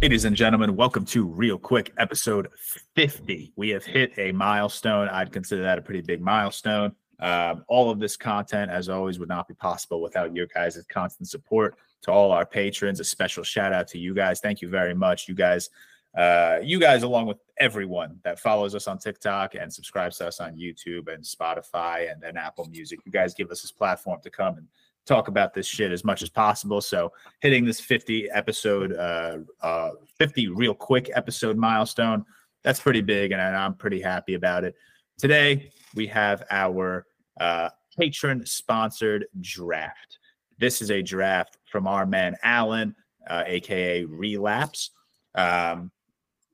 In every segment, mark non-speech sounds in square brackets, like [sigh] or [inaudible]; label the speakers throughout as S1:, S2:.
S1: Ladies and gentlemen, welcome to Real Quick, episode 50. We have hit a milestone. I'd consider that a pretty big milestone. Um, all of this content, as always, would not be possible without your guys' constant support. To all our patrons, a special shout out to you guys. Thank you very much. You guys, uh, you guys, along with everyone that follows us on TikTok and subscribes to us on YouTube and Spotify and, and Apple Music, you guys give us this platform to come and talk about this shit as much as possible. So hitting this 50 episode, uh, uh, 50 real quick episode milestone, that's pretty big, and I- I'm pretty happy about it. Today we have our uh, patron sponsored draft. This is a draft from our man Alan, uh, aka Relapse. Um,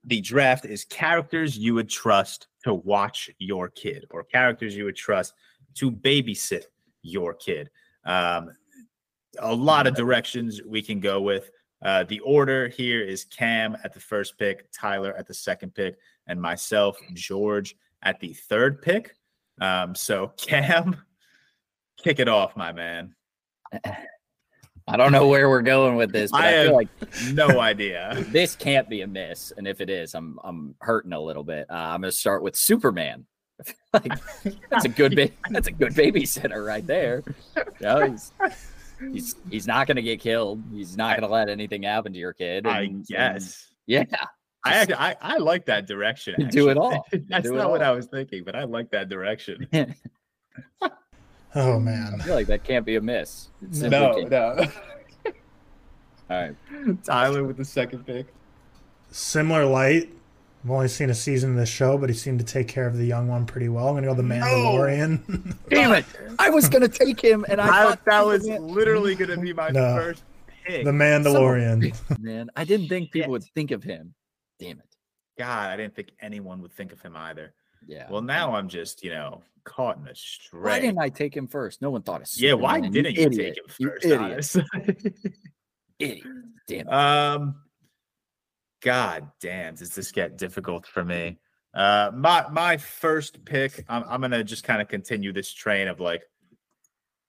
S1: the draft is characters you would trust to watch your kid, or characters you would trust to babysit your kid. Um, a lot of directions we can go with. Uh, the order here is Cam at the first pick, Tyler at the second pick, and myself, George, at the third pick. Um, so, [laughs] Cam, kick it off, my man.
S2: I don't know where we're going with this, but
S1: I
S2: I,
S1: have-
S2: feel like [laughs]
S1: No idea.
S2: this can't be a miss. And if it is, I'm I'm hurting a little bit. Uh, I'm gonna start with Superman. [laughs] like that's a
S1: [laughs]
S2: good ba- that's a good babysitter right there. You know, he's, he's he's not gonna get killed. He's not gonna let anything happen to your kid.
S1: I
S2: and- and-
S1: guess. [laughs]
S2: yeah, [laughs]
S1: I, actually, I I like that direction.
S2: You do it
S1: actually.
S2: all.
S1: [laughs] That's
S2: do it
S1: not what
S2: all.
S1: I was thinking, but I like that direction.
S3: Oh
S2: I
S3: man.
S2: feel like that can't be a miss. It simply
S1: No,
S2: can't-
S1: no.
S2: All
S1: [laughs]
S2: right.
S1: Tyler with the second pick.
S3: Similar light. I've only seen a season of this show, but he seemed to take care of the young one pretty well. I'm gonna go the Mandalorian. [laughs]
S2: Damn it! I was gonna take him, and I,
S1: I,
S2: thought
S1: that was
S2: Superman-
S1: literally going to be my
S3: No.
S1: first pick.
S3: the Mandalorian.
S2: man. I didn't think people
S1: Shit.
S2: would think of him. Damn it!
S1: God, I didn't think anyone would think of him either.
S2: Yeah.
S1: Well, now I'm just, you know, caught in a
S2: Why
S1: stray.
S2: didn't I take him first? No one thought of
S1: yeah, why
S2: Superman,
S1: didn't you
S2: idiot,
S1: take him first?
S2: You
S1: [laughs]
S2: idiot.
S1: honestly?
S2: idiot. Damn it.
S1: um, God damn, does this get difficult for me? Uh, my my first pick. I'm I'm gonna just kind of continue this train of like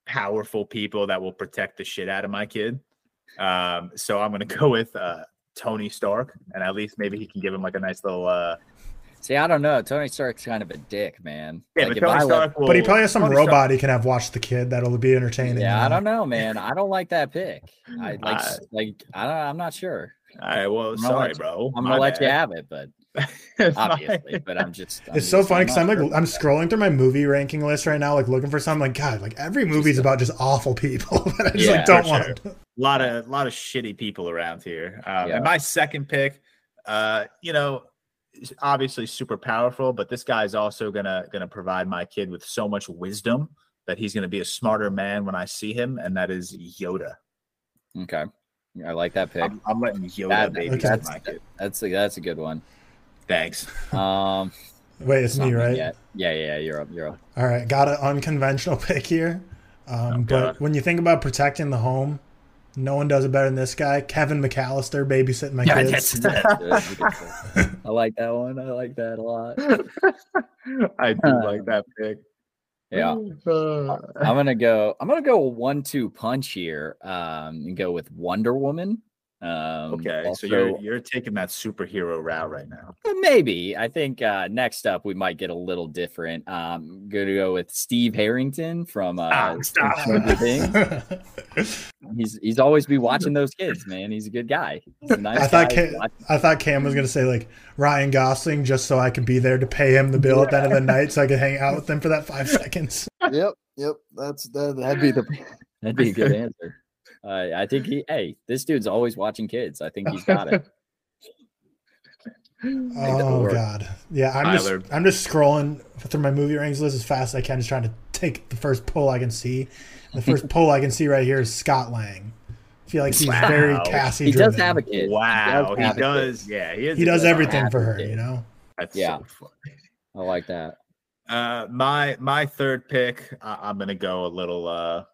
S1: powerful people that will protect the shit out of my kid. Um, so I'm gonna [laughs] go with uh Tony Stark, and at least maybe he can give him like a nice little uh.
S2: See, I don't know. Tony Stark's kind of a dick, man.
S1: Yeah,
S2: Like,
S1: but
S2: if
S1: Tony
S2: I let-
S1: Stark will.
S3: but he probably has some
S1: Tony Stark-
S3: robot he can have watch the kid. That'll be entertaining.
S2: yeah, I
S3: you know?
S2: don't know, man. I don't like that pick.
S1: [laughs]
S2: I like, s- like, I don't. I'm not sure.
S1: All right, well,
S2: I'm gonna
S1: sorry,
S2: let you-
S1: bro.
S2: I'm
S1: My
S2: gonna let
S1: [laughs]
S2: you
S1: bad.
S2: have it, but
S1: My-
S2: obviously, but I'm just. I'm
S3: It's so
S2: just-
S3: funny
S2: not
S3: because I'm like
S2: sure.
S3: I'm scrolling through my movie ranking list right now, like looking for some. Like God, like every movie's about just awful people, [laughs] but I just
S2: Yeah,
S3: like don't
S1: for
S3: want.
S1: sure.
S3: to-
S1: lot of lot of shitty people around here. Um,
S2: Yeah.
S1: And my second pick, uh, you know, is obviously super powerful, but this guy's also gonna gonna provide my kid with so much wisdom that he's gonna be a smarter man when I see him, and that is Yoda.
S3: uh,
S2: Okay, I like that pick.
S1: I'm, I'm letting Yoda
S2: That-
S1: baby
S2: that's-
S1: my kid.
S2: That's a, that's a good one.
S3: [laughs]
S1: Thanks.
S2: Um,
S3: Wait, it's me,
S2: something
S3: right?
S2: yet. Yeah, yeah, you're up,
S1: [laughs]
S2: you're up.
S3: All right, got an unconventional [laughs] pick here. Um,
S1: God.
S3: but when you think about protecting the home, no one does it better than this guy, Kevin McAllister, babysitting my
S2: Yeah,
S3: kids.
S2: that's, that's good. You did good. I like that one. I like that
S1: [laughs]
S2: a lot.
S1: I do
S3: Uh,
S1: like that pick.
S2: Yeah.
S1: Uh,
S2: I'm gonna go. I'm gonna go one two punch here, um, and go with Wonder Woman. Um,
S1: okay,
S2: also-
S1: so you're you're taking that superhero route right now.
S2: Uh, maybe I think uh, next up we might get a little different. Um, gonna go with Steve Harrington from uh,
S1: Ah, stop.
S2: Stranger Things. He's he's always
S1: [laughs]
S2: be watching those kids, man. He's a good guy. He's a nice
S3: I thought
S2: guy. He's
S3: Ca-
S2: watch-
S3: [laughs] I thought Cam was gonna say like Ryan Gosling just so I could be there to pay him the bill at the end of the night so I could hang out with him for
S2: [laughs]
S3: that five seconds.
S4: yep, yep. That's that. That'd be the.
S2: That'd be a good answer. Uh, I think he. Hey, this dude's always watching kids. I think he's got it. think that'll
S3: Oh
S2: work.
S3: god. Yeah, I'm
S1: Tyler.
S3: just I'm just scrolling through my movie rankings list as fast as I can, just trying to take the first poll I can see.
S2: [laughs]
S3: The first poll I can see right here is Scott Lang. I feel like he's
S1: Wow.
S3: very Cassie
S2: He does
S3: driven.
S2: have a kid.
S1: Wow, he
S2: have it.
S1: does. Yeah, he, is
S3: he
S1: a
S3: does
S1: good-
S3: everything for her,
S2: advocate.
S3: you know.
S1: That's
S2: Yeah.
S1: so funny.
S2: I like that.
S1: Uh, my my third pick, I, I'm gonna go a little, uh,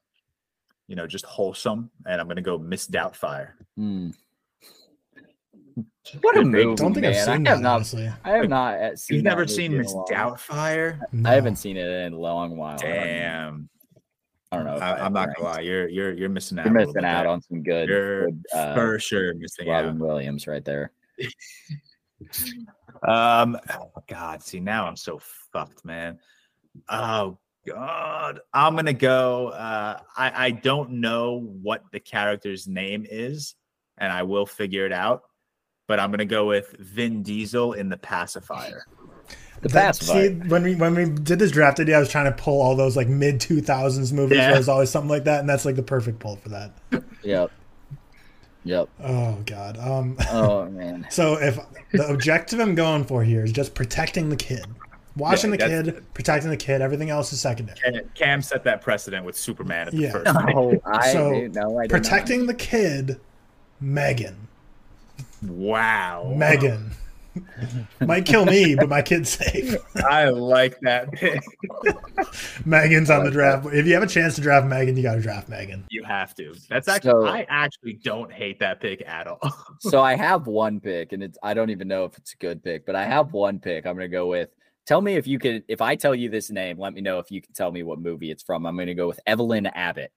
S1: you know, just wholesome, and I'm gonna go Miss Doubtfire.
S2: Hmm. What a
S1: Good pick.
S2: movie!
S3: Don't think
S2: Oh,
S3: I've
S2: man.
S3: seen
S2: I have
S3: that
S2: not
S3: honestly.
S2: I have not uh, seen.
S1: You've
S2: that
S1: never
S2: movie
S1: seen
S2: in a
S1: Miss
S2: while.
S1: Doubtfire?
S2: Oh, I haven't
S3: No.
S2: seen it in a long while. I don't know.
S1: Damn.
S2: I don't know. if
S1: I,
S2: that
S1: I'm not gonna
S2: ranks.
S1: lie, you're you're you're missing out.
S2: You're
S1: a little
S2: missing
S1: bit
S2: out
S1: there.
S2: on some good,
S1: You're
S2: good, uh,
S1: for sure missing
S2: Robin Williams right there.
S1: out. Um, oh God, see now I'm so fucked, man. Oh God, I'm gonna go. Uh, I I don't know what the character's name is, and I will figure it out. But I'm gonna go with Vin Diesel in the pacifier.
S2: The
S3: That- see,
S2: pacifier.
S3: when we when we did this draft idea, I was trying to pull all those like mid two thousands movies.
S1: Yeah.
S3: Where there's always something like that, and that's like the perfect pull for that.
S2: Yep. Yep.
S3: Oh god. Um. [laughs]
S2: Oh man.
S3: So if the objective I'm going for here is just protecting the kid, watching
S1: Yeah,
S3: the
S1: that's-
S3: kid, protecting the kid, everything else is secondary.
S1: And Cam set that precedent with Superman at the
S3: Yeah.
S1: first. one.
S2: Oh, I
S3: So,
S2: did- no, I did not.
S3: Protecting the kid, Megan.
S1: Wow,
S3: Megan. [laughs] Might kill me, but my kid's safe.
S1: I like that pick.
S3: Megan's
S2: I
S3: on the
S2: like
S3: draft. If you have a chance to draft Megan, you got to draft Megan.
S1: You have to. That's actually
S2: So-
S1: I actually don't hate that pick at all.
S2: So I have one pick, and it's I don't even know if it's a good pick, but I have one pick. I'm gonna go with. Tell me if you could. If I tell you this name, let me know if you can tell me what movie it's from. I'm gonna go with Evelyn Abbott.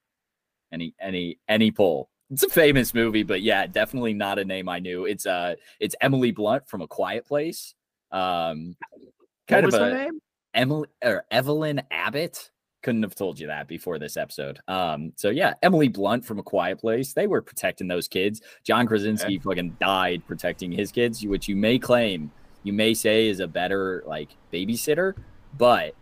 S2: Any any any poll. It's a famous movie, but yeah, definitely not a name I knew. It's uh, it's Emily Blunt from A Quiet Place. Um,
S1: What
S2: kind
S1: was
S2: of
S1: her
S2: a
S1: name?
S2: Emily or Evelyn Abbott. Couldn't have told you that before this episode. Um, so yeah, Emily Blunt from A Quiet Place. They were protecting those kids. John Krasinski fucking died protecting his kids, which you may claim, you may say is a better like babysitter, but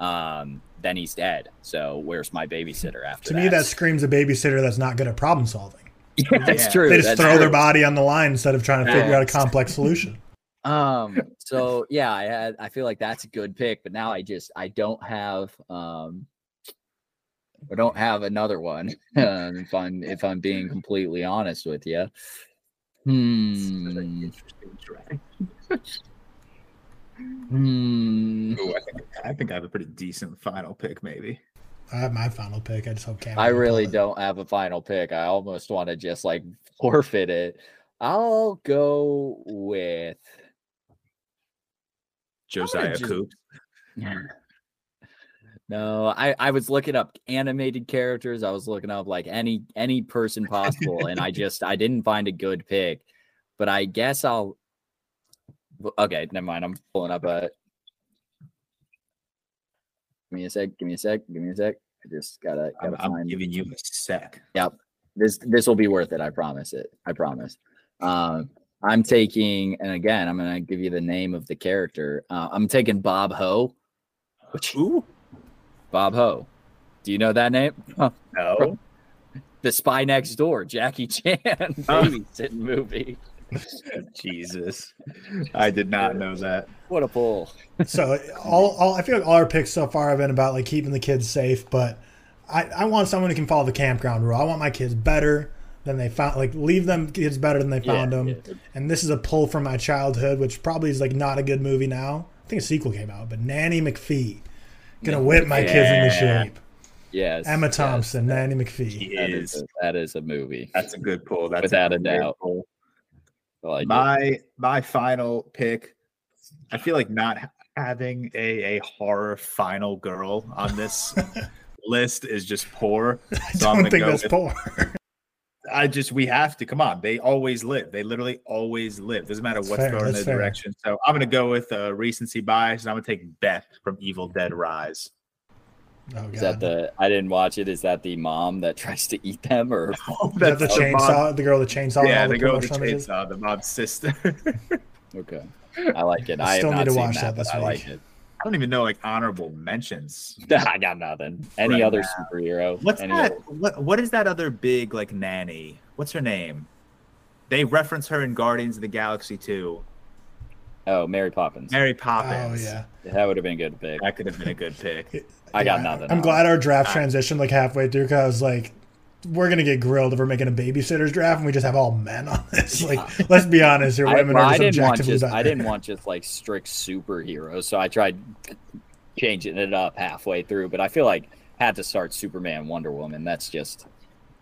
S2: um, then he's dead. So where's my babysitter after
S3: To
S2: that?
S3: me, that screams a babysitter that's not good at problem solving.
S2: [laughs] yeah, that's
S1: Yeah.
S2: true.
S3: They just
S2: that's
S3: throw their
S2: true.
S3: body on the line instead of trying to figure out a
S2: Facts.
S3: complex solution.
S2: Um. So yeah, I had. I feel like that's a good pick, but now I just I don't have um. I don't have another one. [laughs] Um, if I'm if I'm being completely honest with you. Hmm. Hmm.
S1: Ooh, I think I think I have a pretty decent final pick, maybe.
S3: I have my final pick. I just hope Cameron.
S2: I
S3: can pull
S2: really
S3: it.
S2: don't have a final pick. I almost want to just like forfeit it. I'll go with.
S1: Josiah
S2: just-
S1: Coops.
S2: No, I I was looking up animated characters. I was looking up like any any person possible, and
S1: [laughs]
S2: I just I didn't find a good pick. But I guess I'll. w- Okay, never mind. I'm pulling up a. Give me a sec. Give me a sec. Give me a sec. I just gotta
S1: I'm,
S2: gotta
S1: I'm
S2: find
S1: giving you a sec.
S2: this this will be worth it. I promise it. I promise. Um, I'm taking, and again, I'm gonna give you the name of the character. Uh, I'm taking Bob Ho. Which
S1: Who?
S2: Bob Ho. Do you know that name? Huh.
S1: No.
S2: The Spy Next Door, Jackie Chan [laughs]
S1: Oh.
S2: babysitting movie.
S1: Jesus. I did not know
S2: [laughs]
S1: that.
S2: What a pull!
S3: So all, all I feel like all our picks so far have been about like keeping the kids safe, but I, I want someone who can follow the campground rule. I want my kids better than they found like leave them kids better than they found them. And this is a pull from my childhood, which probably is like not a good movie now. I think a sequel came out, but Nanny McPhee gonna whip my kids into
S1: Yeah.
S3: shape.
S2: Yes,
S3: Emma
S2: yes,
S3: Thompson, Nanny McPhee.
S1: He
S2: That is,
S1: is.
S2: a, that is a movie,
S1: That's a good pull. That's
S2: without a
S1: good
S2: doubt. I like it.
S1: my my final pick i feel like not ha- having a, a horror final girl on
S2: [laughs]
S1: this list is just poor
S3: I
S1: so I'm gonna
S3: don't think
S1: go
S3: that's
S1: with-
S3: poor.
S1: i just we have to come on they always live they literally always live doesn't matter
S3: That's
S1: what's
S3: fair,
S1: thrown in
S3: that's
S1: their
S3: fair.
S1: direction so i'm gonna go with uh, recency bias and i'm gonna take beth from evil dead
S3: [laughs]
S1: rise
S3: [laughs] Oh god.
S2: Is that the? I didn't watch it. Is that the mom that [laughs] tries to eat them, or
S3: Is that Oh, the
S1: That's mom-
S3: chainsaw the girl with the chainsaw and
S1: yeah
S3: all
S1: the
S3: the
S1: girl with the
S3: promotional images?
S1: chainsaw the mom's sister [laughs] i
S2: Okay. I like it.
S3: I
S2: I,
S3: still
S2: have
S3: need
S2: not
S3: to
S2: seen
S3: watch
S2: that,
S3: that
S2: but
S3: this
S2: I like
S3: week.
S2: it.
S1: don't even know like honorable mentions
S2: [laughs] I got nothing. Any
S1: Right
S2: other superhero?
S1: What's
S2: any
S1: that?
S2: other-
S1: What what is that other big like nanny? What's her name? They reference her in Guardians of the Galaxy 2.
S2: Oh, Mary Poppins.
S1: Mary
S3: Oh
S1: Poppins.
S3: yeah.
S2: That would have been a good pick.
S1: That could have been a good pick.
S2: I got
S3: Yeah,
S2: nothing.
S3: I'm
S2: on
S3: glad our draft
S1: I-
S3: transitioned like halfway through because I was like, we're gonna get grilled if we're making a babysitters draft and we just have all men on [laughs] this. Like, let's be honest here,
S2: it. I,
S3: women
S2: well,
S3: are
S2: I
S3: just
S2: didn't want
S3: objectively
S2: just
S3: better.
S2: I didn't want just like strict superheroes, so I tried changing it up halfway through. But I feel like had to start Superman, Wonder Woman. That's just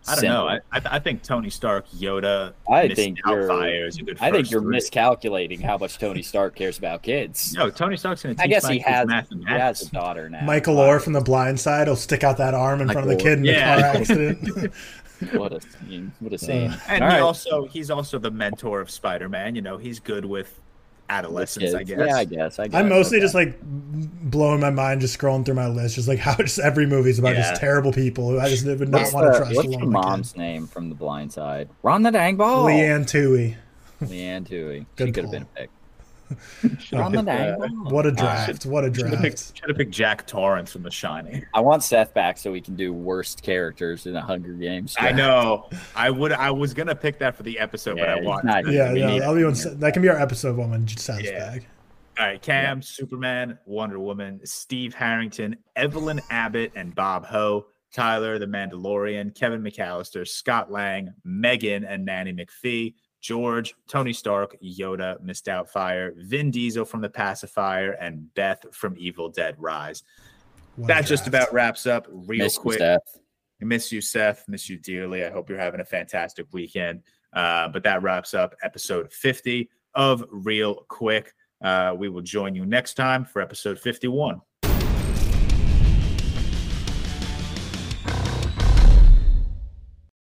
S1: I don't know. I, I, I think Tony Stark, Yoda,
S2: I
S1: Miss
S2: think you're-
S1: Doubtfire is a good.
S2: I think
S1: first
S2: you're
S1: three.
S2: miscalculating how much Tony Stark cares
S1: [laughs]
S2: about kids.
S1: No, Tony Stark's going to teach.
S2: I guess
S1: my
S2: he
S1: kids
S2: has, he
S1: mathematics.
S2: has a daughter now.
S3: Michael Orr from The Blind Side will stick out that arm in front of the
S2: Michael Orr.
S3: kid in the
S1: Yeah. [laughs]
S3: car accident. [laughs]
S2: What a scene. What a scene.
S3: Uh,
S1: And
S2: All
S1: he
S2: right.
S1: also he's also the mentor of Spider Man. You know, he's good with adolescents. I
S2: Kids.
S1: guess.
S2: Yeah, I guess. I guess.
S3: I'm mostly
S2: Okay.
S3: just like blowing my mind, just scrolling through my list, just like how just every movie's about
S1: Yeah.
S3: just terrible people who I just would not
S2: What's
S3: want to
S2: the,
S3: trust.
S2: what's
S3: along
S2: the
S3: with my
S2: mom's name from The Blind Side? Rhonda
S1: Oh.
S2: Dangball.
S3: kid. Leanne Toohey.
S2: Leanne Tui. She
S3: Good
S2: could have been a
S3: call.
S2: pick.
S1: have
S2: Rhonda
S1: picked, uh,
S2: Dangball.
S3: What a
S1: Ah,
S3: draft! What a
S1: Should have picked,
S3: draft!
S1: should have picked Jack Torrance from The Shining.
S2: I want Seth back so we can do worst characters in a Hunger Games.
S1: I know. I would. I was gonna pick that for the episode,
S2: Yeah,
S1: but I
S2: he's
S1: watched.
S2: not-
S1: it.
S3: Yeah,
S1: We
S3: yeah,
S1: need-
S3: that'll be one, that can be our episode one when Seth's
S1: Yeah.
S3: back.
S1: All right, Cam, Superman, Wonder Woman, Steve Harrington, Evelyn Abbott, and Bob Ho, Tyler, The Mandalorian, Kevin McAllister, Scott Lang, Megan, and Nanny McPhee, George, Tony Stark, Yoda, Miss Doubtfire, Vin Diesel from The Pacifier, and Beth from Evil Dead Rise.
S3: What a
S1: That just
S3: draft.
S1: about wraps up real
S2: Miss you,
S1: quick.
S2: Seth.
S1: I miss you, Seth. Miss you dearly. I hope you're having a fantastic weekend. Uh, but that wraps up episode 50 of Real Quick. Uh, we will join you next time for episode 51.